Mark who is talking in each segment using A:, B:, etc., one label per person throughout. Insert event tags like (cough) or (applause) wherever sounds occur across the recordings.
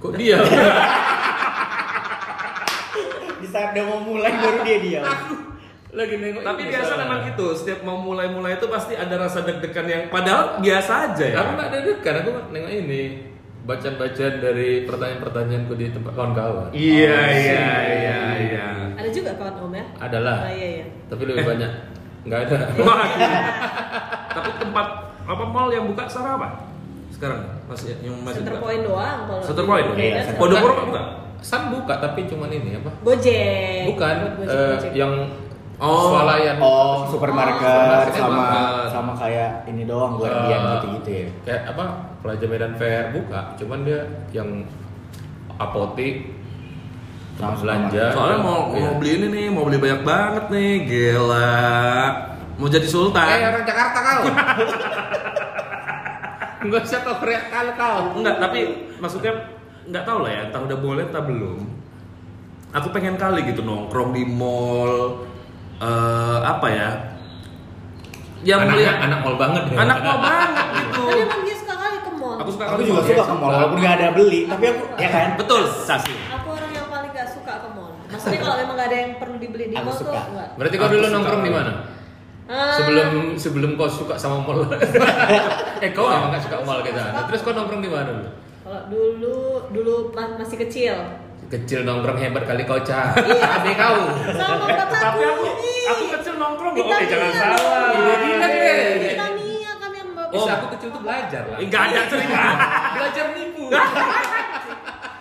A: Kok dia?
B: Di saat dia mau mulai baru dia diam.
A: (laughs) Lagi nengok.
C: Tapi
A: ini
C: biasa
B: Iya.
A: salah.
C: memang gitu, setiap mau mulai-mulai itu pasti ada rasa deg-degan yang padahal biasa aja ya.
A: Aku nggak ada dekat, aku nengok ini bacaan-bacaan dari pertanyaan-pertanyaanku di tempat kawan-kawan.
C: Iya, iya, iya, iya.
D: Ada juga kawan om ya? Ah,
A: Adalah,
D: iya iya.
A: tapi
C: Eh.
A: lebih banyak nggak
C: (laughs)
A: ada.
C: Wah, Tapi tempat apa mall yang buka sekarang apa? Sekarang masih ya, yang masih
D: Center
C: buka.
D: point doang kalau.
C: Center Point.
B: Iya,
D: Iya.
B: Center
C: Podokoro apa buka?
A: San buka tapi cuman ini apa?
D: Gojek.
A: Bukan
D: Gojek,
A: eh,
D: Gojek.
A: yang
C: Oh.
A: swalayan.
B: Oh,
A: Oh,
B: supermarket kan. sama
A: supermarket.
B: sama kayak ini doang gue
A: Eh,
B: gitu-gitu ya.
A: Kayak apa? Pelajar Medan Fair buka, cuman dia yang apotik
B: Sama
A: sama belanja.
C: Soalnya mau
A: Iya.
C: mau beli ini nih, mau beli banyak banget nih, gila. Mau jadi
A: Eh
C: sultan.
A: orang Jakarta (laughs) kau. Enggak usah kau teriak kau kau.
C: Enggak, tapi maksudnya nggak tahu lah ya, entah udah boleh entah belum. Aku pengen kali gitu nongkrong di mall eh apa ya? Yang
A: anak
C: melihat
A: anak mall banget ya.
C: anak mau banget gitu.
D: Tapi emang dia suka kali ke mall.
C: Aku suka
B: Aku
C: kali
B: juga
C: mall. ya.
B: suka ke mall walaupun gak ada beli, tapi aku ya kan.
C: Betul, Sasi.
D: Aku orang yang paling gak suka ke mall. Maksudnya kalau memang gak ada yang perlu dibeli di
B: Aku
D: mall tuh
B: suka.
D: enggak.
A: Berarti kau
C: Aku
A: dulu
C: suka.
A: nongkrong di mana?
D: Ah,
A: Sebelum sebelum kau suka sama mall. (laughs) eh kau emang nggak suka mall kita. Nah, terus kau nongkrong di mana dulu?
D: kalau dulu dulu ma- masih kecil.
A: Kecil nongkrong hebat kali kau (laughs) cah. Abe kau.
D: Sama
C: Tapi
D: kakakku
C: aku
D: nih.
C: aku kecil nongkrong loh. Oke,
D: Vitamin
C: jangan
D: ya,
C: salah. Iya,
A: Gila,
D: dong.
A: deh.
D: Tania kan yang bawa.
A: Oh, aku kecil tuh belajar lah.
C: Enggak ada cerita.
A: (laughs) Belajar nipu.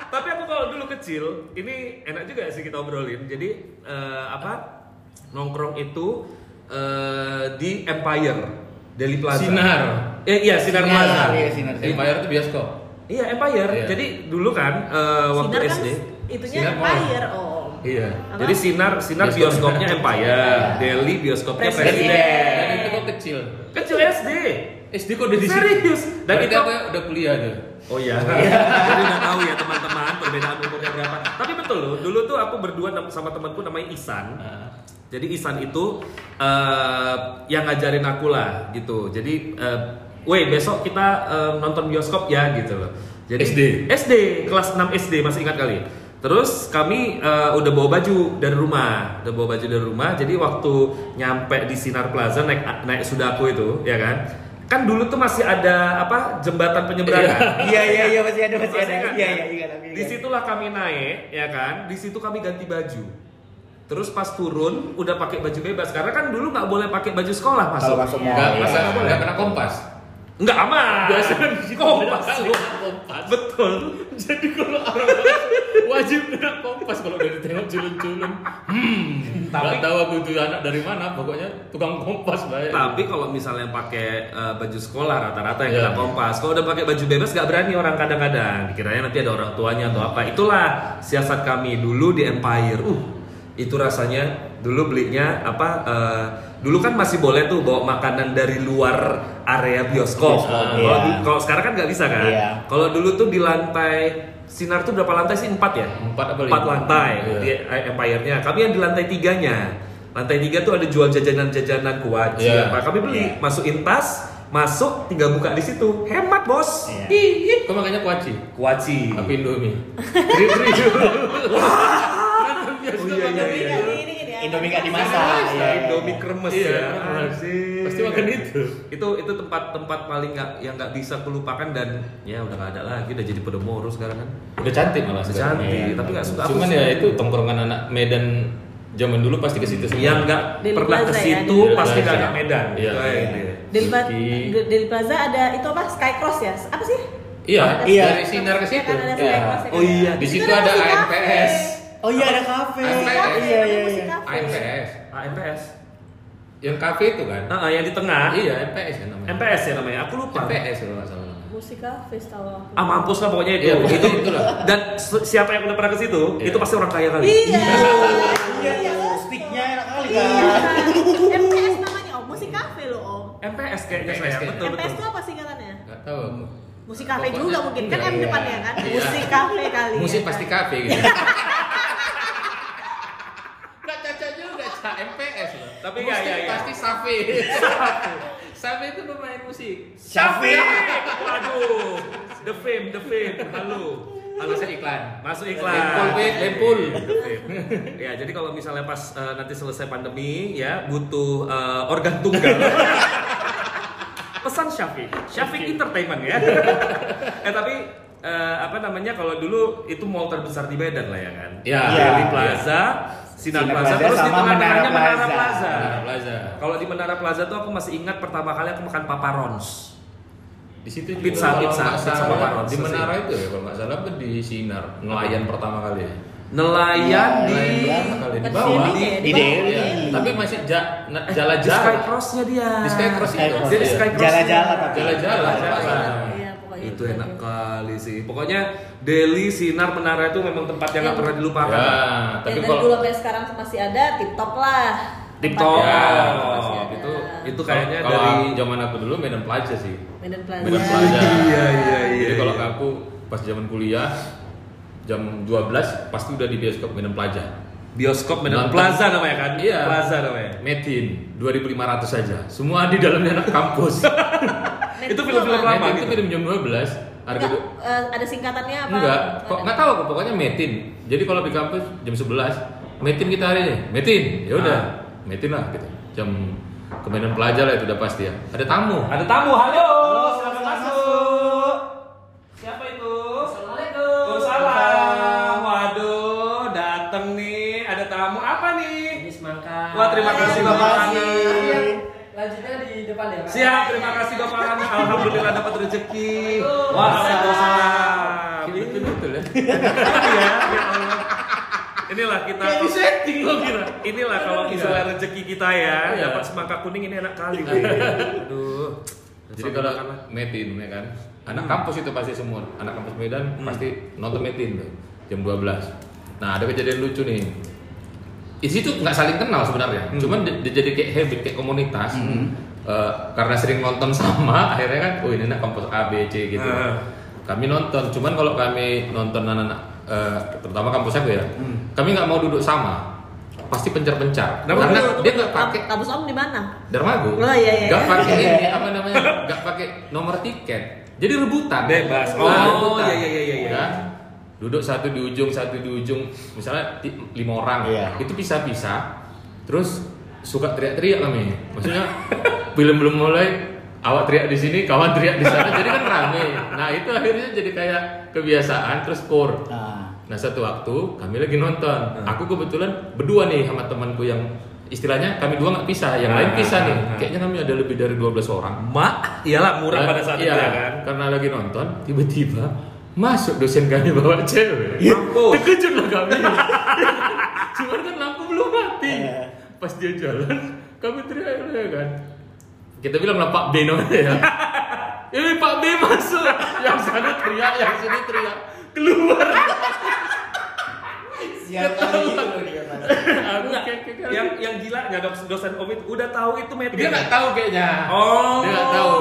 C: Tapi aku kalau dulu kecil, ini enak juga sih kita obrolin. Jadi eh, apa nongkrong itu eh, di Empire Deli Plaza.
A: Sinar.
C: Eh, iya Sinar,
B: Sinar,
C: Plaza.
B: iya, Sinar, Sinar.
A: Empire tuh bioskop.
C: Iya Empire.
A: Iya.
C: Jadi dulu kan eh, waktu
D: Sinar
C: SD.
D: Kan, itunya
A: Sinar mall.
D: Empire, Om.
A: Iya.
D: Apa?
C: Jadi Sinar Sinar
A: Bioskop.
C: bioskopnya Empire, Deli bioskopnya
D: Presiden.
C: Presiden.
A: Dan itu kok kecil.
C: Kecil SD.
A: SD kok udah di sini.
C: Serius. Dan
A: Dan
C: itu
A: kita udah kuliah tuh.
C: Oh iya. Jadi udah tahu (laughs) ya teman-teman perbedaan umurnya berapa. Tapi betul loh, dulu tuh aku berdua nam- sama temanku namanya Isan. Jadi Isan itu eh, yang ngajarin aku lah gitu. Jadi eh, weh besok kita eh, nonton bioskop ya gitu loh. Jadi
A: SD?
C: SD kelas 6 SD masih ingat kali. Terus kami eh, udah bawa baju dari rumah, udah bawa baju dari rumah. Jadi waktu nyampe di Sinar Plaza naik naik Sudaku itu, ya kan? Kan dulu tuh masih ada apa jembatan penyeberangan.
B: (laughs) Iya iya iya masih ada masih ada.
C: Masih ingat,
B: Iya
C: kan?
B: iya iya. tapi
C: Di
B: ingat.
C: situlah kami naik, ya kan? Di situ kami ganti baju. Terus pas turun udah pakai baju bebas karena kan dulu nggak boleh pakai baju sekolah masuk.
B: Kalau masuk mall.
A: Enggak
B: iya.
A: masa enggak kena kompas.
C: Nggak aman.
A: Biasanya kan di situ
C: kompas.
A: ada
C: lu.
A: kompas.
C: Betul.
A: Jadi kalau orang wajib kena kompas kalau udah ditengok culun-culun. Hmm. Tapi
C: Tapi-
A: tahu aku itu anak dari mana, pokoknya tukang kompas ya. baik.
C: Tapi kalau misalnya pakai eh, baju sekolah rata-rata yang
A: Iya.
C: kena kompas. Kalau udah pakai baju bebas nggak berani orang kadang-kadang. Dikiranya nanti ada orang tuanya atau apa. Itulah siasat kami dulu di Empire. Uh, itu rasanya dulu belinya apa? eh, dulu kan masih boleh tuh bawa makanan dari luar area bioskop.
B: Bioskop,
C: Kalau
B: iya.
C: du- Kalau sekarang kan nggak bisa kan?
B: Iya.
C: Kalau dulu tuh di lantai Sinar tuh berapa lantai sih? Empat ya?
A: Empat apa
C: empat
A: lima?
C: lantai
A: Iya.
C: di eh, Empire-nya. Kami yang di lantai tiganya. Lantai tiga tuh ada jual jajanan-jajanan kuaci.
A: Iya.
C: apa. Kami beli,
B: Iya.
C: masukin tas, masuk, tinggal buka di situ. Hemat bos.
B: Iya.
C: Ih,
A: Kok makanya kuaci?
C: Kuaci. Iya.
A: Apa Indomie? (laughs) Tri-tri.
C: Oh, iya, iya,
D: Tapi
C: iya.
D: nggak, ini gini ya.
B: Indomie nggak dimasak.
C: Masa,
B: Iya, iya,
C: Indomie
B: iya.
C: kremes
A: Iya,
C: ya.
A: kremes.
C: Anjir.
A: Pasti makan itu.
C: Itu itu tempat-tempat paling nggak yang nggak bisa kulupakan dan ya udah nggak ada lagi, udah jadi Podomoro sekarang kan.
A: Udah cantik malah
C: Udah
A: sekarang.
C: cantik,
A: Iya.
C: tapi nggak suka aku
A: Cuman
C: sih.
A: ya itu tongkrongan anak Medan zaman dulu pasti ke situ semua.
C: Yang nggak
D: Deli
C: pernah ke
D: Plaza ya,
C: situ
A: Deli
C: pasti nggak
A: Plaza.
C: ada Medan.
A: Iya.
C: Kayak gitu ya.
D: Dari, Pla-
A: Suki.
D: dari Plaza ada itu apa? Sky Cross ya? Apa sih?
A: Iya,
B: Iya.
A: dari sinar ke
D: Ya
A: situ.
D: kan ada
A: Iya.
D: Sky Cross ya kan?
C: Oh iya.
A: Di
D: Itu
A: situ
D: ada
A: ada
D: musik cafe.
A: AMPS.
B: Oh iya ada kafe.
A: Ada kafe,
B: Iya
D: ada
B: iya
D: musik
B: iya.
D: cafe.
A: AMPS.
C: AMPS.
A: Yang kafe itu kan?
C: Ah, ah, yang di tengah.
A: Iya, MPS kan namanya.
C: MPS ya namanya. Aku lupa.
A: MPS kalau nggak salah.
D: Musik cafe setahu aku.
C: Ah mampus lah pokoknya itu.
A: Iya,
C: itu
A: itu- itu lah.
C: (laughs) Dan se- siapa yang udah pernah ke situ,
A: Iya.
C: itu pasti orang kaya kali.
D: Iya.
B: Iya iya. Sticknya enak kali
C: (laughs)
D: Iya.
B: kan.
D: MPS namanya Om, musik cafe loh oh. Om.
C: MPS kayaknya
A: MPS
C: saya.
A: kayaknya.
C: Betul
D: MPS itu
C: betul.
D: apa singkatannya?
A: Nggak tahu aku.
D: Musik cafe
A: Pokoknya-
D: juga mungkin kan M
A: Iya.
D: depannya kan?
A: Iya.
D: Musik cafe kali.
A: Musik
D: ya
A: pasti
D: kan?
A: kafe
C: (laughs)
A: gitu. Nggak caca juga, Ca. MPS loh.
C: Tapi
A: Musik
C: ya, ya, ya.
A: pasti safe. safe itu pemain musik.
B: Iya. Syafi.
C: Waduh, the fame, the fame. Halo.
A: Alasan iklan.
C: Masuk
A: Lempul,
C: iklan.
A: Fit, lempul.
C: ya, jadi kalau misalnya pas eh, nanti selesai pandemi ya butuh eh, organ tunggal. (laughs) Pesan Syafiq. Syafiq Entertainment ya. (laughs) eh tapi eh, apa namanya kalau dulu itu mall terbesar di Medan lah ya kan.
A: Ya.
C: Di
B: Ya.
C: Plaza, Sinar
B: Sinar
C: Plaza,
B: Plaza
C: terus di
B: sama
C: tengah-tengahnya
B: Menara
C: Menara
B: Plaza.
C: Plaza.
A: Menara Iya, Plaza.
C: Kalau di Menara Plaza tuh aku masih ingat pertama kali aku makan paparons.
A: Di situ juga
C: Pizza,
A: kalau
C: pizza,
A: nggak
C: pizza
A: salah,
C: Baron,
A: di
C: selesai.
A: Menara itu ya kalau nggak salah apa di Sinar nelayan pertama kali. ya?
C: Nelayan di
A: Nelayan pertama kali di
D: Di
A: bawah.
D: Delhi ya,
B: di
A: bawah,
B: Delhi.
A: ya. Tapi masih ja- na-
C: di
A: Ya,
C: Sky
A: jala-jala.
C: Cross-nya dia.
A: Di Sky Cross itu.
B: Skycross,
C: Jadi
A: iya.
C: Sky Cross.
B: Jala-jala tapi.
A: Jala-jala.
C: Jala-jala.
D: Iya, pokoknya
C: itu
D: itu
C: enak
D: aja.
C: kali sih. Pokoknya Delhi Sinar Menara itu memang tempat yang nggak
D: Iya.
C: pernah dilupakan.
A: Ya,
D: Ya,
A: tapi
D: dari
A: kalau
D: dulu sampai sekarang masih ada TikTok lah.
C: TikTok
D: Iya.
C: Oh.
A: Ya.
D: Masih ada.
C: itu itu kayaknya
A: kalau
C: dari
A: zaman aku dulu Medan Plaza sih.
D: Medan Plaza.
A: Medan Plaza.
C: Iya, iya, iya,
A: Jadi kalau
C: iya.
A: aku pas zaman kuliah jam 12 pasti udah di bioskop Medan Plaza.
C: bioskop Medan
A: Nonton.
C: Plaza namanya kan?
A: Iya.
C: Plaza namanya.
A: Metin 2500 saja. Semua di dalamnya anak kampus.
D: Medan
C: Itu film-film
D: apa?
C: lama
A: Metin itu
C: gitu.
A: film jam 12 harga
D: Enggak,
A: du-
D: eh, ada singkatannya apa?
A: Enggak, kok nggak tahu aku pokoknya metin. Jadi kalau di kampus jam 11, metin kita hari ini. Metin. Ya udah, metin lah gitu. Jam kemudian pelajar lah itu udah pasti ya. Ada tamu.
C: Ada tamu, halo, silakan
B: silakan
C: masuk. Siapa itu?
E: Assalamualaikum.
C: Waalaikumsalam. Waduh, dateng nih. Ada tamu apa nih?
E: Ini semangka.
C: Wah, terima kasih
B: Terima
C: Bapak
B: kasih.
C: Ana.
E: Lanjutnya di depan ya. Pak?
C: Siap, terima kasih Bapak Ana. Alhamdulillah dapat rezeki.
E: Waalaikumsalam.
C: Waalaikumsalam.
A: Betul betul ya.
C: Iya, ya Allah. Inilah kita.
B: Kayak di setting lo kira.
C: Inilah kalau misalnya rezeki kita ya,
A: Iya.
C: dapat semangka kuning ini enak kali. weh. Aduh.
A: Jadi kalau metin ya kan. Anak
C: Hmm.
A: kampus itu pasti semua. Anak kampus Medan pasti nonton metin tuh jam 12. Nah, ada kejadian lucu nih. Di situ nggak saling kenal
C: Hmm.
A: sebenarnya. Cuman di- di- jadi kayak habit kayak komunitas. Eh, karena sering nonton (laughs) sama, akhirnya kan, oh ini anak kampus A, B, C gitu.
C: Ah.
A: Kami nonton, cuman kalau kami nonton anak-anak, eh, terutama kampus aku ya, kami nggak mau duduk sama, pasti pencar-pencar.
C: Hmm. Kenapa
A: Karena
C: duduk?
A: dia nggak pakai
D: Kampus Om di
A: (laughs)
D: mana?
A: dermagu
D: Oh, iya, iya,
A: Nggak
D: iya. (laughs)
A: pakai ini apa namanya nggak pakai nomor tiket jadi rebutan
C: Bebas.
A: Nah,
C: Oh,
A: rebutan.
C: iya, iya, iya, iya.
A: Udah. duduk satu di ujung satu di ujung misalnya ti- lima orang
B: Iya.
A: itu pisah-pisah terus suka teriak-teriak kami maksudnya (laughs) film belum mulai awak teriak di sini kawan teriak di sana jadi kan rame nah itu akhirnya jadi kayak kebiasaan terus core
B: Nah,
A: Nah satu waktu kami lagi
C: Hmm.
A: nonton. Aku kebetulan berdua nih sama temanku yang istilahnya kami dua nggak pisah, yang lain
C: Ah,
A: pisah nih.
C: ah, ah.
A: Kayaknya kami ada lebih dari 12 orang.
C: Mak, iyalah murah
A: Dan-
C: pada saat
A: iya,
C: itu ya kan.
A: Karena lagi nonton, tiba-tiba masuk dosen kami bawa cewek.
C: Mampus.
A: Terkejut lah kami. (laughs) Cuman kan lampu belum mati.
C: Eh.
B: Iya.
A: Pas dia jalan, kami teriak ya kan. Kita bilang lah Pak B namanya
C: (laughs)
A: ya. Ini Pak B masuk. Yang sana teriak, yang sini teriak. Keluar.
B: siapa lagi lo dia pasti.
A: (laughs) Aku
C: Enggak.
A: kayak-
C: Yang yang gila nggak dos- dosen Om itu udah tahu itu metin.
A: Dia nggak tahu kayaknya.
C: Oh.
A: Dia nggak tahu.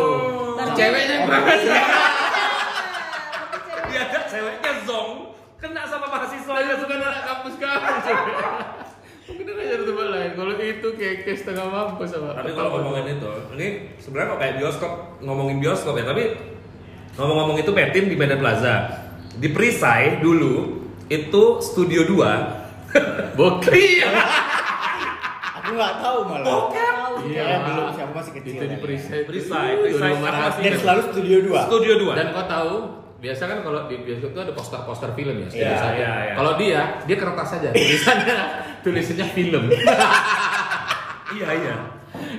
A: Ceweknya yang berangkat.
C: Dia ada ceweknya zong kena sama mahasiswanya
A: Saya suka anak kampus kamu. cewek. Mungkin ada aja tempat lain. Kalau itu kayak kayak setengah mampus sama.
C: Tapi kalau ngomongin itu, ini sebenarnya kok kayak bioskop ngomongin bioskop ya, tapi ngomong-ngomong itu Petin di Medan Plaza. Di Perisai dulu itu Studio 2.
A: bokep.
C: Iya.
B: Aku nggak tahu malah.
A: Iya.
B: Kayaknya belum siapa masih kecil.
A: Itu di
B: kali.
A: perisai.
C: Perisai,
A: Dulu
C: perisai.
A: rumah
C: Aku
A: rapi.
B: Dan selalu studio 2.
C: Studio 2.
A: Dan kau tahu biasa kan kalau di bioskop itu ada poster-poster film ya. studio
B: Iya,
A: satu.
C: iya, iya.
A: Kalau dia, dia kertas saja. Tulisannya tulisannya film.
C: iya, iya.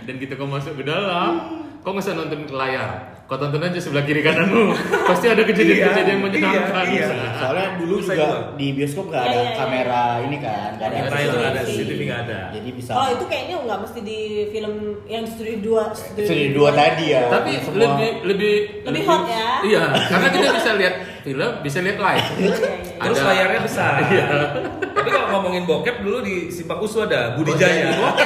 A: Dan kita kau masuk ke dalam, kau nggak usah nonton ke layar. Kau tonton aja sebelah kiri kananmu. Pasti ada
C: Iya,
A: kejadian-kejadian menyenangkan.
C: iya, iya.
B: Soalnya dulu
C: Perisai
B: juga
C: dua.
B: di bioskop nggak
D: Iya,
B: ada
D: iya, iya.
B: kamera ini kan, nggak ada
C: Kamera
D: itu nggak ada,
C: CCTV kan? nggak ada.
B: Jadi bisa.
D: Kalau oh, itu kayaknya nggak mesti di film yang di studio dua. Studio,
B: Studio 2 tadi ya.
A: tapi
C: Iya.
B: semua-
A: lebih lebih
D: Lebih hot ya?
A: iya karena kita bisa lihat film bisa lihat live
D: Iya, iya, iya.
A: Ada.
C: Terus layarnya (laughs) besar. Tapi kalau ngomongin bokep dulu di Simpang Usu ada Budi Jaya.
A: oke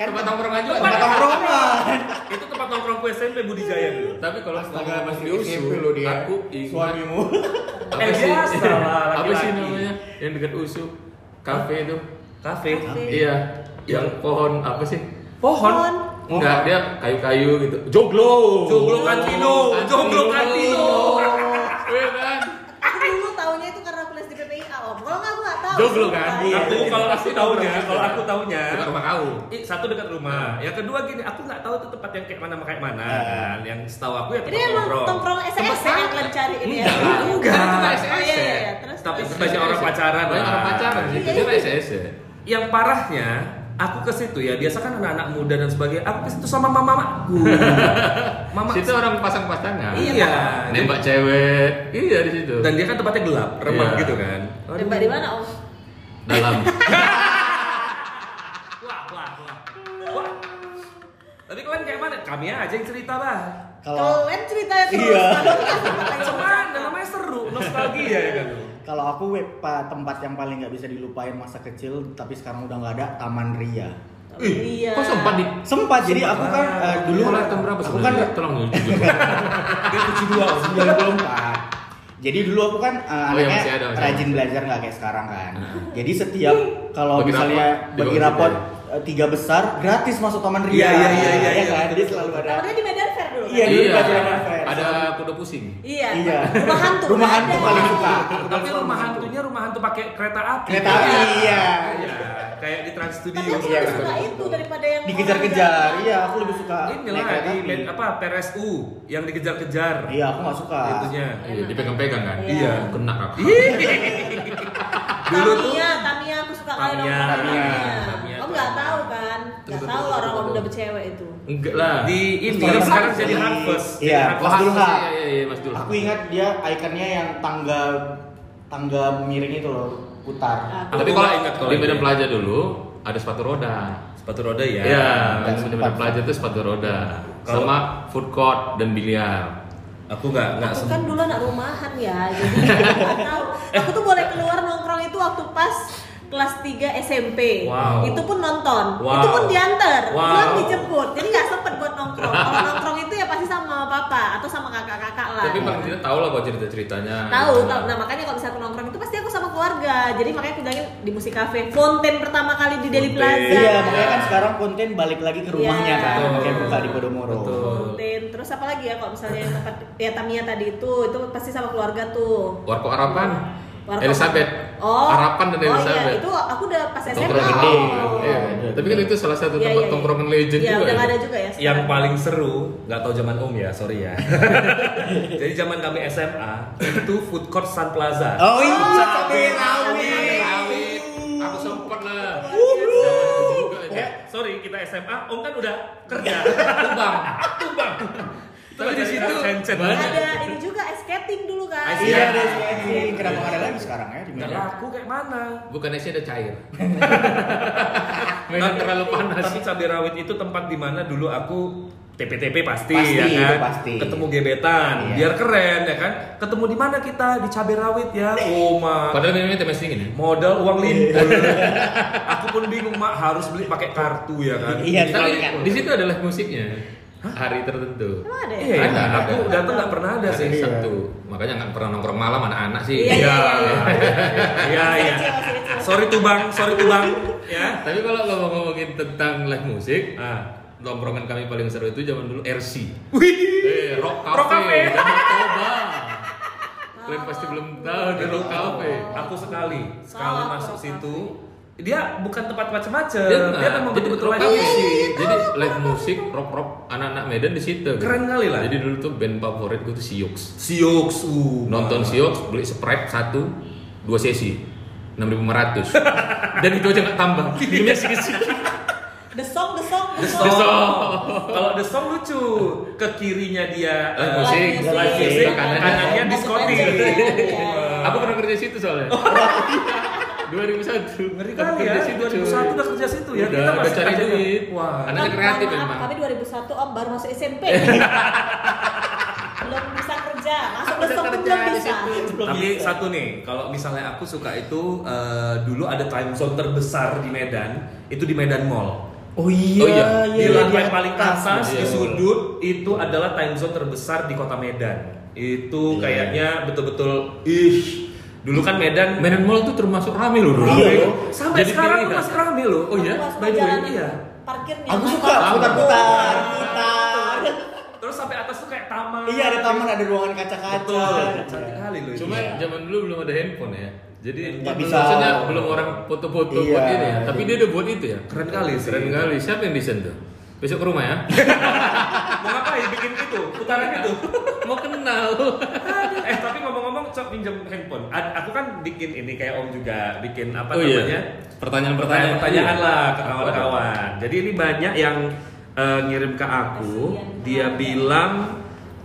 A: Kan tempat tongkrongan juga
B: Tempat tongkrongan.
C: itu tempat nongkrongku SMP Budi Jaya dulu.
A: tapi kalau
B: Astaga,
A: ngomong
B: masih
A: di USU,
B: SMP lo dia.
A: aku ingat
D: (laughs)
B: Suamimu.
A: apa
C: Eh,
A: sih
C: biasa lah,
A: (laughs) apa sih
C: laki-laki.
A: namanya yang dekat usu kafe itu
C: Kafe.
A: iya yang pohon apa sih
D: Pohon.
A: enggak dia kayu-kayu gitu joglo
C: Joglo Kantino, Joglo Kantino.
A: (laughs) Iya kan?
D: Iya, Oh,
F: Jomblo kan?
D: Iya,
C: aku
B: iya,
C: kalau
B: iya.
C: aku tahunya, kalau aku tahunya
A: Dekat rumah kau.
C: i- satu dekat rumah. Yang kedua gini, aku nggak tahu tuh tempat yang kayak mana kayak mana.
B: Ah.
C: Kan? Yang setahu aku ya
D: Ini
C: tempat
D: emang tongkrong
C: Tempat
D: SS ya yang kalian cari ini ya?
C: Enggak, enggak.
D: Karena cuma SS. Oh, iya, iya, iya. Terus,
C: Tapi
D: terus.
C: sebagai orang pacaran lah.
A: Banyak iya. orang pacaran sih,
D: Iya,
A: itu
D: iya.
A: SS ya.
C: Yang parahnya, aku ke situ ya. Biasa kan anak-anak muda dan sebagainya. Aku ke situ sama mama-mamaku. (laughs) Mama.
A: Situ orang pasang-pasangan.
C: Iya.
A: Nembak cewek. Iya di situ.
C: Dan dia kan tempatnya gelap, remang
A: Iya.
C: gitu kan.
D: Nembak di mana om?
A: dalam.
C: Wah, wah, wah. Wah. Tadi kalian kayak mana? Kami aja yang cerita lah.
B: Kalau
D: Kalian ceritanya terus.
B: Iya. (laughs)
C: Cuman namanya seru, nostalgia ya kan.
B: kalau aku web tempat yang paling nggak bisa dilupain masa kecil tapi sekarang udah nggak ada Taman Ria.
A: Ih,
D: Iya.
A: kok sempat di
B: Sempat jadi aku kan eh, dulu
A: Mulai tahun berapa
B: aku kan
A: sebenarnya? Tolong dulu. jujur.
C: Dia tujuh dua.
B: 94. Jadi dulu aku kan eh,
A: Oh iya,
B: anaknya
A: masih ada, masih ada. Ah.
B: rajin belajar nggak kayak sekarang kan. Jadi setiap kalau
A: Bagi
B: misalnya
A: rapot,
B: bagi
A: di bawah
B: rapot
A: situ
B: eh, tiga besar gratis masuk Taman Ria.
C: Iya, iya, iya, iya,
B: Ya
C: iya.
B: kan? Jadi selalu ada.
D: Namanya di Medan Fair dulu kan?
B: Iya, dulu
A: Iya.
B: pelajaran advance.
A: Ada kuda pusing.
D: Iya.
B: Iya.
D: Rumah hantu. Iya.
B: Rumah
D: nggak
B: hantu
D: ada.
B: paling suka.
C: Tapi rumah hantunya rumah hantu pakai kereta api.
B: Kereta api, iya.
C: Iya, Kayak di Trans Studio.
D: Tapi aku
B: Iya,
D: lebih
B: kan?
D: suka itu daripada yang
B: Dikejar-kejar. Iya, aku lebih suka
C: Ini
B: naik
C: lah
B: Iya, kereta
C: di
B: api.
C: band apa PRSU yang dikejar-kejar.
B: Iya, aku nggak suka.
C: Itunya.
A: Iya, dipegang-pegang kan?
D: Iya.
A: Kena kakak.
C: Dulu tuh
D: Tamiya, Tamiya aku suka kali
C: Tamiya,
D: nongkrong
C: Tamiya,
D: Tamiya.
C: Tamiya,
D: Om nggak
C: Tamiya.
D: tahu kan? Nggak
A: Betul,
D: tahu
A: betul,
D: orang om
A: betul.
D: udah bercewek itu.
A: Enggak lah.
C: Nah, di ini
B: Sekarang
C: sekarang
B: harvest.
C: jadi harvest. Jadi
B: Iya.
C: harvest.
B: Mas Dulha.
A: Iya, iya, iya, Mas Dulha.
B: Aku ingat dia ikonnya yang tangga tangga miring itu loh, putar.
D: Aku-
A: Tapi
C: Aku
A: kalau
C: nggak
A: ingat
C: ingat
A: kalau
C: kalau
A: di
C: ini.
A: medan pelajar dulu ada sepatu roda.
C: Sepatu roda ya.
A: Iya,
B: Dan
A: di medan
B: sempat.
A: pelajar itu sepatu roda.
C: Kalau-
A: Sama food court dan biliar.
C: Aku nggak nggak
D: Aku
C: sem-
D: kan dulu anak rumahan ya,
C: (laughs)
D: jadi nggak tahu. Aku tuh boleh keluar nongkrong itu waktu pas kelas 3 SMP.
C: Wow.
D: Itu pun nonton.
C: Wow.
D: Itu pun diantar,
C: Wow.
D: belum dijemput. Jadi nggak sempet buat nongkrong. Kalau nongkrong itu ya pasti sama papa atau sama kakak-kakak lah.
A: Tapi Bang Dina tahu lah kalau cerita-ceritanya.
D: tahu tahu nah makanya kalau bisa nongkrong itu pasti aku sama keluarga jadi makanya aku bilangin di musik cafe Fonten pertama kali di Deli
C: Fonten.
D: Plaza
B: Iya, makanya kan sekarang konten balik lagi ke rumahnya
D: Iya.
B: kan,
C: Betul.
B: kayak buka di Podomoro.
C: Betul.
D: Fonten terus apa lagi ya kalau misalnya yang tempat ya Tamiya tadi itu itu pasti sama keluarga tuh
A: Warkop harapan.
D: Warkop-
A: Elizabeth.
D: oh
A: Harapan dan Elizabeth.
D: oh iya itu aku udah pas SMA
A: Tongkrongan
B: gede.
D: Oh.
A: Iya. Tapi kan itu salah satu tempat tongkrongan legend
D: Iya,
A: juga.
D: udah
A: ya.
D: nggak ada juga ya
C: yang
D: sekarang.
C: paling seru nggak tahu zaman om ya sorry ya (laughs) jadi zaman kami SMA itu food court Sun Plaza
B: Oh iya, cabe
C: cabai
B: rawit.
A: Awit. Aku sempat lah. ya.
C: Eh, sorry kita SMA om kan udah kerja
A: Bang.
C: tumbang tapi di situ
A: Cencen.
D: ada ini juga ice skating dulu kan
C: Ice
B: Iya,
C: Iya.
B: ada sih. Kenapa nggak ada lagi sekarang ya di
C: nggak
B: Medan?
C: laku kayak mana
A: Bukan esnya ada
D: (laughs)
A: cair. Memang terlalu panas.
C: tapi cabai rawit itu tempat dimana dulu aku TPTP pasti,
B: Pasti,
C: ya kan
B: itu pasti.
C: ketemu gebetan
B: Iya.
C: biar keren ya kan ketemu di mana kita di cabai rawit ya oh my
A: Padahal minumnya teh messing ini.
C: modal uang limpul.
D: Iya.
C: aku pun bingung mak harus beli pakai kartu ya kan.
B: Iya,
A: Tapi
B: kan.
A: di situ adalah musiknya. Hari tertentu.
D: emang ada ya
C: Iya,
A: Ada,
C: aku
A: ada. Iya.
C: datang nggak pernah ada sih.
A: Hari Sabtu. Makanya nggak pernah nongkrong malam anak-anak sih.
D: Iya,
C: Iya,
D: iya,
C: iya,
D: iya.
C: iya.
D: Masih kecil, masih
C: Sorry tuh bang, sorry tuh bang. Ya.
A: Iya. Tapi kalau lo mau ngomongin tentang live musik,
C: Ah.
A: Lomprongan kami paling seru itu zaman dulu RC.
C: Wih.
A: Eh, Rock Cafe.
C: Rock Cafe.
A: Danau Toba. Kalian pasti belum tahu di Rock
C: Ah.
A: Cafe.
C: Gitu. Aku sekali, sekali
D: Salah,
C: masuk
D: salah.
C: situ. Dia bukan tempat macam-macem.
A: Dia
C: Dia
A: nggak-
C: memang
A: jadi
C: betul-betul
A: rock
C: live
A: cafe.
C: music.
A: Jadi live musik rock rock anak-anak Medan di situ. gitu.
C: Keren kali lah.
A: Jadi dulu tuh band favorit gue tuh Sioux.
C: Sioux, uh,
A: Nonton Sioux beli Sprite satu dua sesi
C: (laughs)
A: 6500 dan itu aja nggak tambah
C: Iya,
A: minumnya sedikit-sedikit
D: the song the song the
C: The
D: song
C: Song. Kalau The Song lucu, ke kirinya dia
A: Live
C: eh,
A: music.
B: Live music.
C: musik, kanannya diskotik.
D: Iya,
A: aku pernah kerja situ soalnya
C: Oh, iya.
A: 2001
C: Ngeri
A: Aku
C: kali ya,
A: kerja situ, cuy.
C: 2001 udah kerja situ ya.
A: Udah, udah cari
C: kerja.
A: duit.
C: Wah.
A: Anak- Anaknya kreatif memang.
D: Tapi 2001 Om baru masuk SMP. belum bisa kerja, masuk
A: Aku
D: ke
A: udah
D: sub
A: kerja
D: belum
A: di
D: bisa.
A: situ.
C: Tapi satu nih, kalau misalnya aku suka itu eh, dulu ada time zone terbesar di Medan, itu di Medan Mall.
B: Oh iya,
A: Oh iya,
C: di lantai paling atas di
A: Iya.
C: sudut itu adalah time zone terbesar di kota Medan. Itu
B: Iya.
C: kayaknya betul-betul ih. Dulu kan Medan
A: Medan Mall tuh termasuk rame loh dulu.
B: Iya, loh.
C: sampai
A: Jadi
C: sekarang
A: pilihan.
C: masih rame loh.
A: Oh iya?
D: Aku langsung
C: By the way,
D: jalan
C: iya.
D: Parkirnya.
B: Aku suka putar-putar, putar.
C: Terus sampai atas tuh kayak taman.
B: Iya, ada taman, ada ruangan kaca-kaca.
C: Betul. Cantik kali loh.
A: Cuma
C: Cuma
A: zaman dulu belum ada handphone ya. Jadi
B: Nggak
A: belum-
B: bisa.
A: maksudnya belum orang foto-foto buat
B: Iya.
A: ini ya. Tapi dia udah buat itu ya.
C: Keren kali sih.
A: Keren kali. Siapa yang desain tuh? Besok ke rumah
C: (laughs)
A: ya.
C: Mau ngapain bikin itu? Putaran (laughs) itu.
A: Mau kenal.
C: eh tapi ngomong-ngomong cok pinjam handphone. A- aku kan bikin ini kayak Om juga bikin apa
A: Oh
C: namanya?
A: iya. Pertanyaan-pertanyaan.
C: Pertanyaan, pertanyaan
A: Iya.
C: lah ke kawan-kawan. Jadi ini banyak yang eh, ngirim ke aku.
D: Kasian.
C: Dia bilang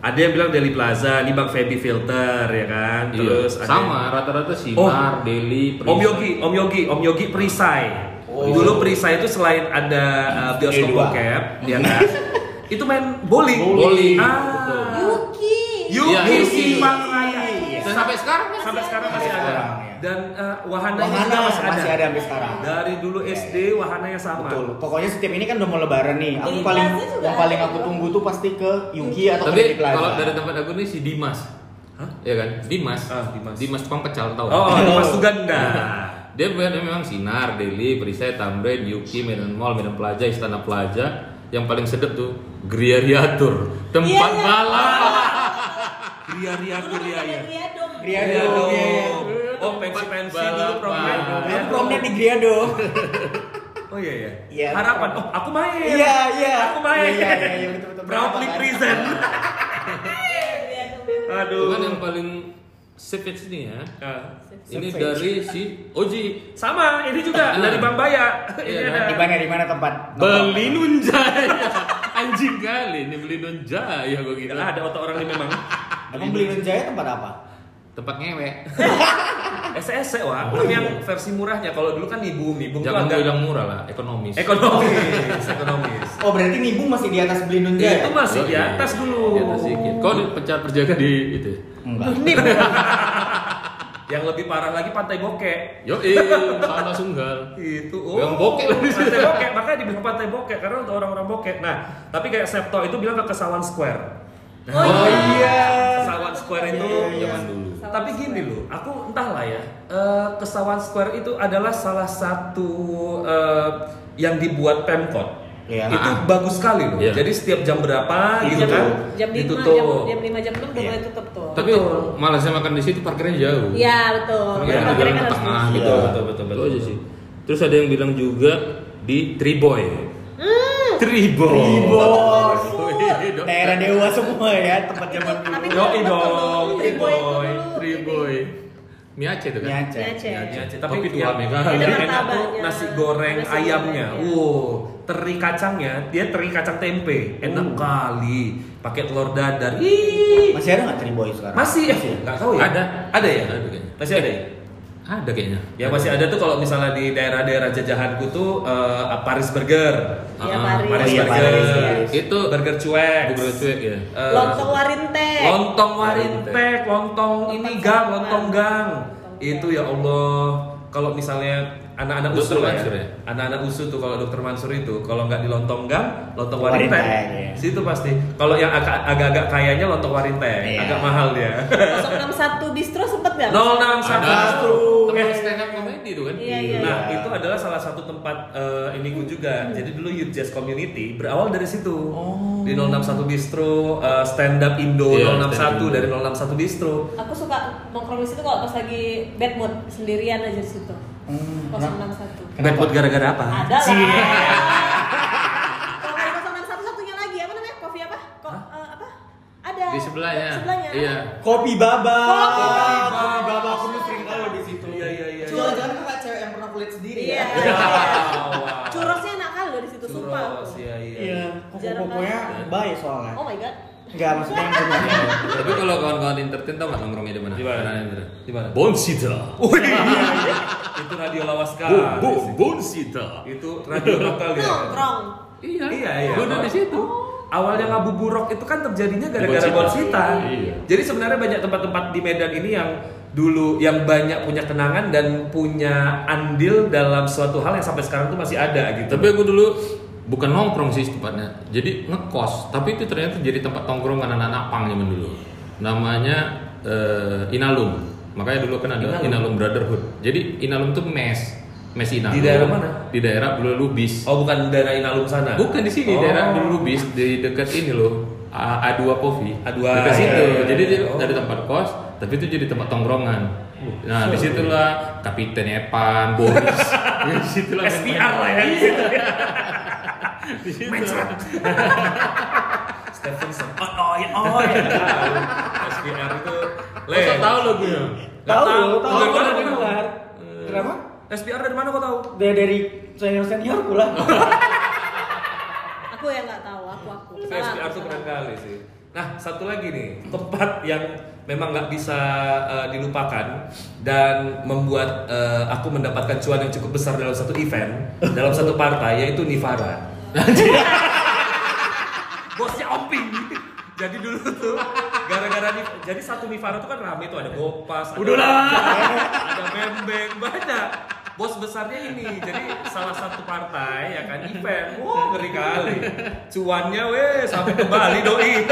C: ada yang bilang Deli Plaza, ini Bang Feby Filter ya kan.
A: Iya.
C: Terus ada
A: sama rata-rata Simar,
C: Oh.
A: Deli,
C: Om Yogi, Om Yogi, Om Yogi Perisai.
B: Oh.
C: Dulu Perisai itu selain ada uh, bioskop
B: Dua.
C: bokep, ya kan? itu main bowling.
A: Bowling. Betul.
C: Ah.
D: Yuki.
A: Iya,
C: Yuki
A: Yuki.
C: Simangraya.
A: Dan sampai sekarang masih
C: Sampai sekarang masih
B: Sampai
C: ada.
B: sekarang, ya.
C: Dan uh, wahana
B: Wahana
C: masih ada.
B: masih ada sampai sekarang.
C: Dari dulu SD wahananya sama.
B: Betul. Pokoknya setiap ini kan udah mau lebaran nih. Aku
D: Jadi
B: paling
D: pasti sudah
B: yang paling
D: ada.
B: aku tunggu tuh pasti ke Yuki atau
A: Tapi
B: ke Deli Plaza.
A: kalau dari tempat aku nih si Dimas.
C: Hah?
A: Iya kan? Dimas.
C: Ah, Dimas.
A: Dimas tukang pecal tau.
C: Oh, Dimas Suganda.
A: Dia memang memang Sinar, Deli, Perisai, Tamrin, Yuki, Medan Mall, Medan Plaza, Istana Plaza. Yang paling sedep tuh Gria Riatur, tempat
D: Iya, iya.
A: balap.
C: Ria Ria
D: Dulu
C: Ria
D: ada
C: Ria.
D: Griadom.
B: Griadom. Iya, iya.
C: Oh, pensi pensi dulu
A: Balapan.
C: program.
B: Aku promnya di Griado.
C: Oh iya iya.
B: Iya.
C: Harapan. Oh, aku main.
B: Iya, iya.
C: Aku main.
B: Iya, iya, iya, betul, betul.
C: Proudly
B: Berapa, kan?
C: present.
D: Griadom.
C: Aduh.
A: Cuman yang paling savage nih ya.
C: Eh,
A: Ini
B: Savage.
A: dari si Oji.
C: sama, ini juga dari Bang Baya.
A: Iya,
C: Ini
A: kan?
B: Di
C: ada.
B: mana di mana tempat?
A: Beli Nunjaya. (laughs) Anjing kali ini beli Nunjaya gua gitu.
C: Ah, ada otak orang ini
B: (laughs)
C: memang.
B: Emang beli Jaya tempat apa?
A: Tempat ngewek.
C: SSC wah,
B: Oh,
C: tapi
B: iya.
C: yang versi murahnya. Kalau dulu kan nibum, nibum tuh
A: Jangan
C: agak
A: bilang murah lah, ekonomis.
C: ekonomis, ekonomis.
B: Oh berarti Nibung masih di atas ya? beli Jaya.
C: Itu masih di
A: Iya.
C: atas dulu.
A: Di atas dikit. Kau di- pecat perjaga di itu. ya?
B: Enggak.
C: Yang lebih parah lagi pantai bokek. (laughs)
A: Yo, eh, salah sunggal.
C: Itu
D: oh.
A: Yang bokek lah di situ.
C: Pantai bokek, makanya dibilang pantai bokek karena untuk orang-orang bokek. Nah, tapi kayak Septo itu bilang ke Kesawan Square.
D: Oh,
B: Oh
D: iya.
B: iya.
C: Kesawan Square itu
B: Iya, iya,
C: zaman
B: iya.
C: dulu. Tapi gini loh, aku entahlah ya. eh, Kesawan Square itu adalah salah satu eh, yang dibuat Pemkot.
B: Iya.
C: Itu bagus sekali loh.
A: Iya.
C: Jadi setiap jam berapa gitu
D: Jam-
C: kan?
D: Jam lima,
C: ditutup.
D: jam jam lima jam enam udah
B: Iya.
D: mulai tutup tuh.
A: Tapi malah saya makan di situ parkirnya jauh.
D: Iya betul.
A: Parkirnya
C: Iya,
A: di
D: Parkirnya
A: jalan
D: kan harus
A: tengah
D: diisi.
A: gitu.
B: Iya,
C: betul, betul,
A: Itu
C: betul.
A: aja sih. Terus ada yang bilang juga di Triboy. Triboy.
B: Oh, Tribos.
A: Wih, dok.
B: Daerah dewa semua ya tempat zaman
D: Tapi
B: dulu.
D: dulu
C: Yoi
D: betul,
C: dong,
D: Tri Boy itu
C: Boy,
D: dulu.
A: Triboy. Mie Aceh itu kan.
B: Nyaca.
D: Iya, Cek.
C: Aceh.
A: Kopi
C: Tapi
A: dua
C: yang,
A: mega.
C: yang
D: Ada
C: enak tuh
D: martabaknya.
C: nasi goreng
D: Nasi
C: ayamnya.
D: goreng, ya.
C: Wow, teri kacangnya, dia teri kacang tempe. Enak kali. Pakai telur dadar. Ih.
B: Masih ada nggak Triboy sekarang?
C: Masih ya? Enggak tahu ya.
A: Ada.
C: Ada ya?
A: Ada kayaknya.
C: Masih ada ya?
A: Ada kayaknya.
C: Ya masih ada tuh kalau misalnya di daerah-daerah jajahanku tuh eh, Paris Burger.
D: Iya,
A: Ah,
D: Paris.
C: Oh, Paris
B: iya,
C: Burger.
B: Paris, iya.
A: Itu
C: Burger cuek.
A: Bubur cuek ya.
C: Eh,
D: Lontong Warintek.
C: Lontong warintek, lontong ini gang, lontong gang. Itu ya Allah. Kalau misalnya anak-anak
A: Dokter
C: usul lah
A: Mansur ya?
C: ya. Anak-anak usul tuh kalau dokter Mansur itu kalau nggak di lontong gang, lontong
B: Warintek,
C: warintek.
B: iya.
C: Situ pasti. Kalau yang agak- agak-agak kayanya lontong warintek,
B: Iya.
C: agak mahal (laughs) dia.
D: 061 bistro sempet nggak?
C: 061
A: Ada.
C: Bistro.
A: Teman stand up comedy itu kan.
D: Iya, iya.
C: Nah, itu adalah salah satu tempat eh, ini gue juga. Jadi dulu Youth Jazz Community berawal dari situ. Di 061 Bistro, eh, Stand Up Indo
A: Iya,
C: 061
A: Stand Up
C: dari 061 Bistro.
D: Aku suka nongkrong di situ kalau pas lagi bad mood sendirian aja di situ.
B: Hmm,
D: 061.
B: Kenapa?
C: Bedpot gara-gara apa?
D: Ada
B: Cie.
D: lah. Kalau
B: (laughs)
D: nggak ada 061 satunya lagi apa namanya? Kopi apa? Ko eh, apa? Ada.
A: Di
C: ya?
A: sebelahnya.
D: Sebelahnya.
A: Iya.
B: Kopi Baba.
D: Kopi Baba.
B: Kopi Baba aku dulu sering kalau di situ.
C: Iya, iya, iya.
B: Jangan-jangan kakak kan cewek yang pernah kulit sendiri
D: Iya.
B: ya.
D: Curosnya enak kali loh di situ sumpah.
C: Terus,
D: aku.
C: iya, iya.
B: Iya.
D: Jarang
B: Pokoknya
D: banget.
B: baik soalnya.
D: Oh my god.
B: Enggak maksudnya yang punya.
A: Tapi kalau kawan-kawan entertain tau nggak nongkrongnya di mana?
C: Di mana?
A: Andra?
C: Di mana?
A: Bonsita.
C: Wih, itu radio lawas sekali.
A: Bonsita.
C: Itu radio lokal ya.
D: Nongkrong.
A: Iya.
C: Iya, iya.
A: Gue udah di situ.
C: Awalnya ngabuburok itu kan terjadinya gara-gara
A: Di Bonsita.
C: Bonsita.
A: Iya.
C: Jadi sebenarnya banyak tempat-tempat di Medan ini yang dulu yang banyak punya kenangan dan punya andil dalam suatu hal yang sampai sekarang tuh masih ada gitu.
A: Tapi aku dulu bukan nongkrong sih tempatnya. Jadi ngekos, tapi itu ternyata jadi tempat tongkrongan anak-anak pang zaman dulu. Namanya eh, Inalum. Makanya dulu kan ada Inalum.
C: Inalum.
A: Brotherhood. Jadi Inalum tuh mes, mes
C: Di
A: Inalum.
C: daerah mana?
A: Di daerah Bulu Lubis.
C: oh bukan daerah Inalum sana.
A: Bukan di sini,
C: Oh.
A: daerah Bulu Lubis di dekat ini loh. A- A2 Coffee.
C: A2,
A: Dekat situ.
C: iya, iya,
A: Jadi
C: iya.
A: dia ada tempat kos, tapi itu jadi tempat tongkrongan. Nah, disitulah Kapiten Epan, Boris, Ya, disitulah
C: SPR lah ya (laughs) di situ. Mencret. (laughs) Stephenson. Oh, oh, ya, oh. ya. SPR itu. Le.
A: Masa tahu lagunya?
C: Nggak
B: Tahu, tahu,
C: Tahu,
B: tahu,
C: tahu,
B: tahu,
C: tahu.
B: dengar. Kenapa?
C: SPR dari mana kau tahu?
B: Dari, dari senior seniorku lah.
D: Aku yang nggak tahu, aku aku.
C: Saya kan?
D: Salah,
C: SPR
D: aku
C: tuh
D: salah.
C: keren kali sih. Nah, satu lagi nih, tempat yang memang nggak bisa eh, dilupakan dan membuat eh, aku mendapatkan cuan yang cukup besar dalam satu event, dalam satu partai yaitu Nivara. Bosnya Oping. Jadi dulu tuh gara-gara nih jadi satu Nivara tuh kan rame tuh ada Gopas, ada ada Bembeng banyak. Bos besarnya ini, jadi salah satu partai ya kan event, wah ngeri kali. Cuannya weh sampai ke Bali doi.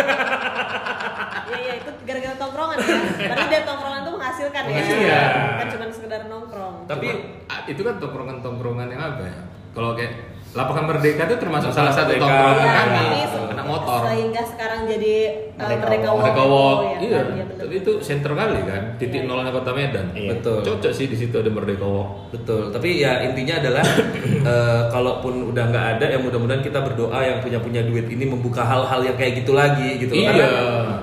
D: Iya iya itu gara-gara tongkrongan ya. Berarti dia tongkrongan tuh menghasilkan ya.
A: Menghasilkan.
D: Kan cuma sekedar nongkrong.
A: Tapi ah, itu kan tongkrongan-tongkrongan yang apa ya? Kalau kayak lapangan merdeka itu termasuk salah satu
C: Merdeka.
A: tongkrongan
D: Iya,
A: kami,
D: ini
A: anak motor.
D: Sehingga sekarang jadi uh,
B: Merdeka Walk.
D: Merdeka Walk. Oh, kan,
A: Mereka walk, iya.
D: bener.
A: Tapi itu center kali kan, titik
D: Iya.
A: nolnya kota Medan.
B: Iya.
A: Betul. Cocok sih di situ ada Merdeka Walk.
C: Betul, tapi ya intinya adalah eh, kalaupun udah nggak ada ya mudah-mudahan kita berdoa yang punya punya duit ini membuka hal-hal yang kayak gitu lagi gitu.
A: Iya.
C: Karena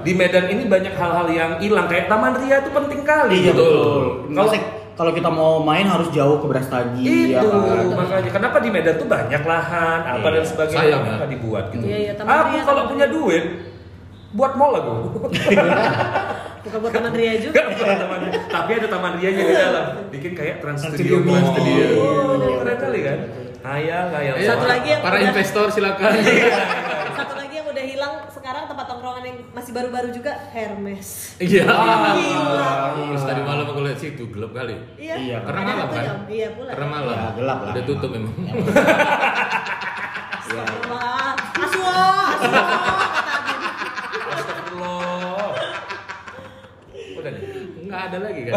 C: di Medan ini banyak hal-hal yang hilang kayak Taman Ria itu penting kali.
B: Iya
C: gitu.
B: betul.
C: Kalau
B: Kalau kalau kita mau main harus jauh ke
C: itu
B: Brastagi ya kan.
C: makanya kenapa di Medan tuh banyak lahan apa
B: Iya.
C: dan sebagainya
A: Sayang,
C: kenapa
A: ya.
C: dibuat gitu.
D: Iya, iya, Taman
C: aku
D: Ria,
C: kalau
D: Taman
C: punya
D: Ria.
C: duit buat mall aku.
D: Bukan buat teman Ria juga.
A: (laughs)
C: Nggak buat Taman Ria. tapi ada Taman Rianya di dalam. Bikin kayak Trans
B: Trans
C: Studio
B: Studio
C: Mall.
B: Mall. Studio.
C: Oh, keren kali kan. Hayal, hayal.
A: Eh,
D: Satu
A: para-
D: lagi yang
A: para
D: udah-
A: investor silakan.
D: Satu lagi yang udah hilang sekarang tempat tongkrongan yang masih baru-baru juga Hermes.
A: Iya.
D: Gila.
A: Terus
B: Ah.
A: tadi malam aku lihat sih itu gelap kali.
D: Iya.
B: Iya,
A: Karena malam kan?
D: Jam. Iya pula.
A: Karena malam.
B: Ya, gelap lah. Iya.
A: Udah tutup memang.
D: Astagfirullah. Aswa, aswa. kata Abi.
C: Astagfirullah. Udah nih.
A: Enggak ada lagi kan.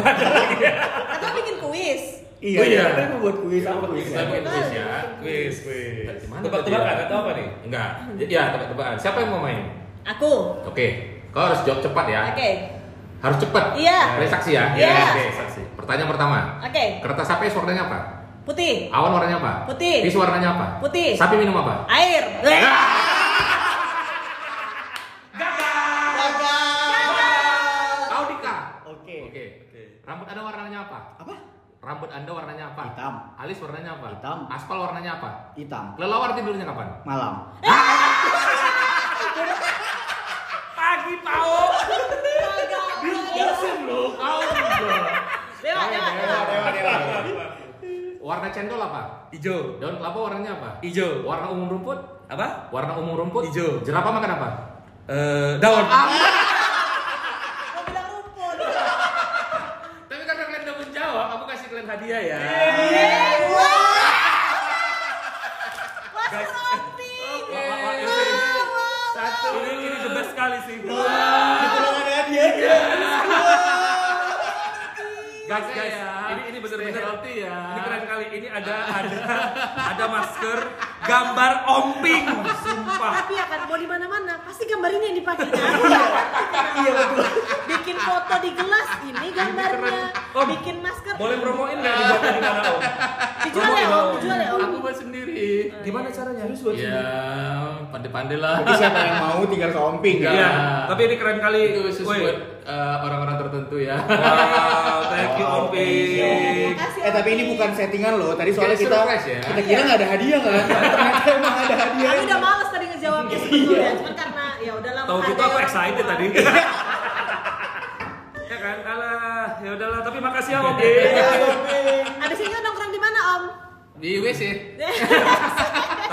D: Atau bikin kuis.
B: Iya,
A: Oh, iya.
B: kita yang buat kuis apa kuis.
A: Saya bikin kuis
B: Iya.
A: ya.
C: Kuis, kuis.
A: Gimana
C: Tebak-tebakan
B: kan?
A: tadi ya?
C: atau apa nih?
A: Enggak. Ya, tebak-tebakan. Siapa yang mau main?
D: Aku.
A: Oke. Kau harus jawab cepat ya.
D: Oke.
A: Harus cepat.
D: Iya.
A: Boleh saksi ya?
D: Iya.
C: Oke, saksi.
A: Pertanyaan pertama.
D: Oke.
A: Kertas sapi warnanya apa?
D: Putih.
A: Awan warnanya apa?
D: Putih.
A: Pis warnanya apa?
D: Putih.
A: Sapi minum apa?
D: Air.
A: Ya.
D: Eh.
A: Kau Dika.
B: Oke.
A: Oke. Rambut Anda warnanya apa?
B: Apa?
A: Rambut Anda warnanya apa?
B: Hitam.
A: Alis warnanya apa?
B: Hitam.
A: Aspal warnanya apa?
B: Hitam.
A: Kelelawar tidurnya kapan?
B: Malam.
C: Pagi, Pao.
D: Lewat, lewat, lewat.
A: Warna cendol apa?
C: Ijo.
A: Daun kelapa warnanya apa?
C: Ijo.
A: Warna umum rumput?
C: Apa?
A: Warna umum rumput?
C: Hijau.
A: Jerapah makan apa?
C: Eh, daun.
D: Gua bilang rumput.
A: Tapi karena kalian udah menjawab, aku kasih kalian hadiah ya.
D: Eh, wah. Wah, seroti.
C: Satu. Ini, ini the best sekali sih. Guys, guys,
A: ya.
C: ini ini benar-benar healthy ya. Ini keren kali. Ini ada ada ada masker gambar omping. Sumpah.
D: Tapi ya kan mau di mana-mana pasti gambar ini yang dipakai. Iya betul. Bikin foto di gelas ini gambarnya.
C: Om,
D: Bikin masker.
C: Boleh promoin nggak dibuatnya di mana, Om?
D: Dijual ya, Om. Dijual ya, Om.
A: Aku buat sendiri.
C: Gimana caranya? Terus
A: Ya, pandai-pandai lah.
B: Jadi siapa yang mau tinggal somping
A: Iya.
B: kan?
C: Iya, tapi ini keren kali.
A: Itu khusus
C: Woi.
A: buat eh, orang-orang tertentu ya.
C: Wow, thank you Om Ping.
D: Makasih,
B: Eh tapi
D: Om.
B: ini bukan settingan loh. Tadi soalnya
A: Kayak
B: kita
A: surprise ya.
B: kita kira nggak ada hadiah
A: (laughs)
B: kan? Ternyata emang ada hadiah.
D: Aku udah males tadi ngejawabnya sebetulnya, cuman karena ya udahlah.
C: Iya. Tahu
D: menghargai
C: gitu aku
D: orang
C: excited
D: tua.
A: (laughs)
C: tadi. ya kan, alah, ya udahlah. Tapi makasih ya Om Ping.
A: Iya.
D: Abis ini nongkrong di mana Om?
A: Di WC.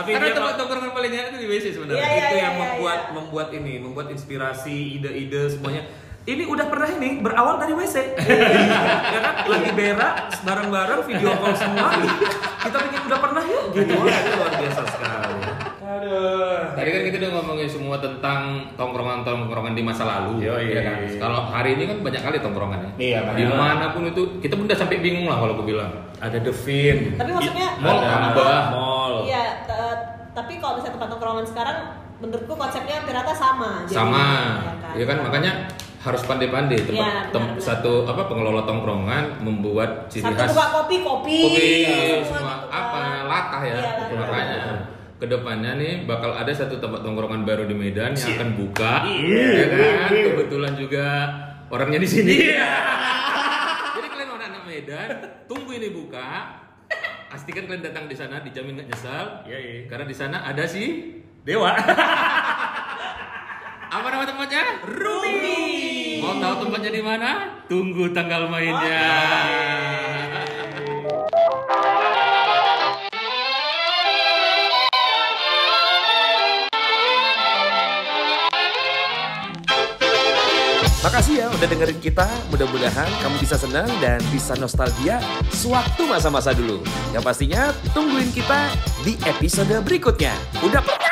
C: tapi
A: Karena
C: dia
A: tempat tongkrongan paling enak itu di WC sebenarnya.
D: Iya,
C: itu
D: iya,
C: Gitu yang
D: iya,
C: membuat
D: iya.
C: membuat ini, membuat inspirasi, ide-ide semuanya. Ini udah pernah ini berawal dari (laughs) WC. ya kan? Lagi berak bareng-bareng video call semua. Kita pikir udah pernah yuk gitu. Wah, itu luar biasa sekali. Aduh.
A: Tadi kan kita udah ngomongin semua tentang tongkrongan-tongkrongan di masa lalu,
C: Yoi.
A: ya kan? Kalau hari ini kan banyak kali tongkrongannya.
B: Iya,
A: Di
B: banyak.
A: mana pun itu kita pun udah sampai bingung lah kalau aku bilang.
C: Ada Devin.
D: Tapi maksudnya,
A: Mall
C: Ada
A: tambah.
C: Mall.
A: Oh.
D: iya. te- Tapi kalau misalnya tempat nongkrongan sekarang, menurutku konsepnya hampir rata sama. Jadi,
A: sama,
D: ya
A: ya kan? Makanya harus pandai-pandai tempat
D: Iya,
A: tem-
D: benar-benar.
A: satu apa pengelola tongkrongan membuat ciri
D: Satu
A: khas
D: buka kopi, kopi.
A: kopi
D: Iya,
A: ya, semua
D: gitu
A: apa
D: kan.
A: latah ya
D: Iya, latah.
A: makanya kedepannya nih bakal ada satu tempat tongkrongan baru di
G: Iya.
A: Medan yang akan buka ya kan kebetulan juga orangnya di sini
G: Iya.
A: (laughs) jadi kalian orang anak Medan tunggu ini buka pastikan kalian datang di sana dijamin nggak nyesal
G: Iya, iya.
A: karena di sana ada si
G: (laughs) Dewa.
A: apa nama tempatnya Rumi mau tahu tempatnya di mana tunggu tanggal mainnya
C: Makasih ya udah dengerin kita. Mudah-mudahan kamu bisa senang dan bisa nostalgia sewaktu masa-masa dulu. Yang pastinya tungguin kita di episode berikutnya. Udah pernah?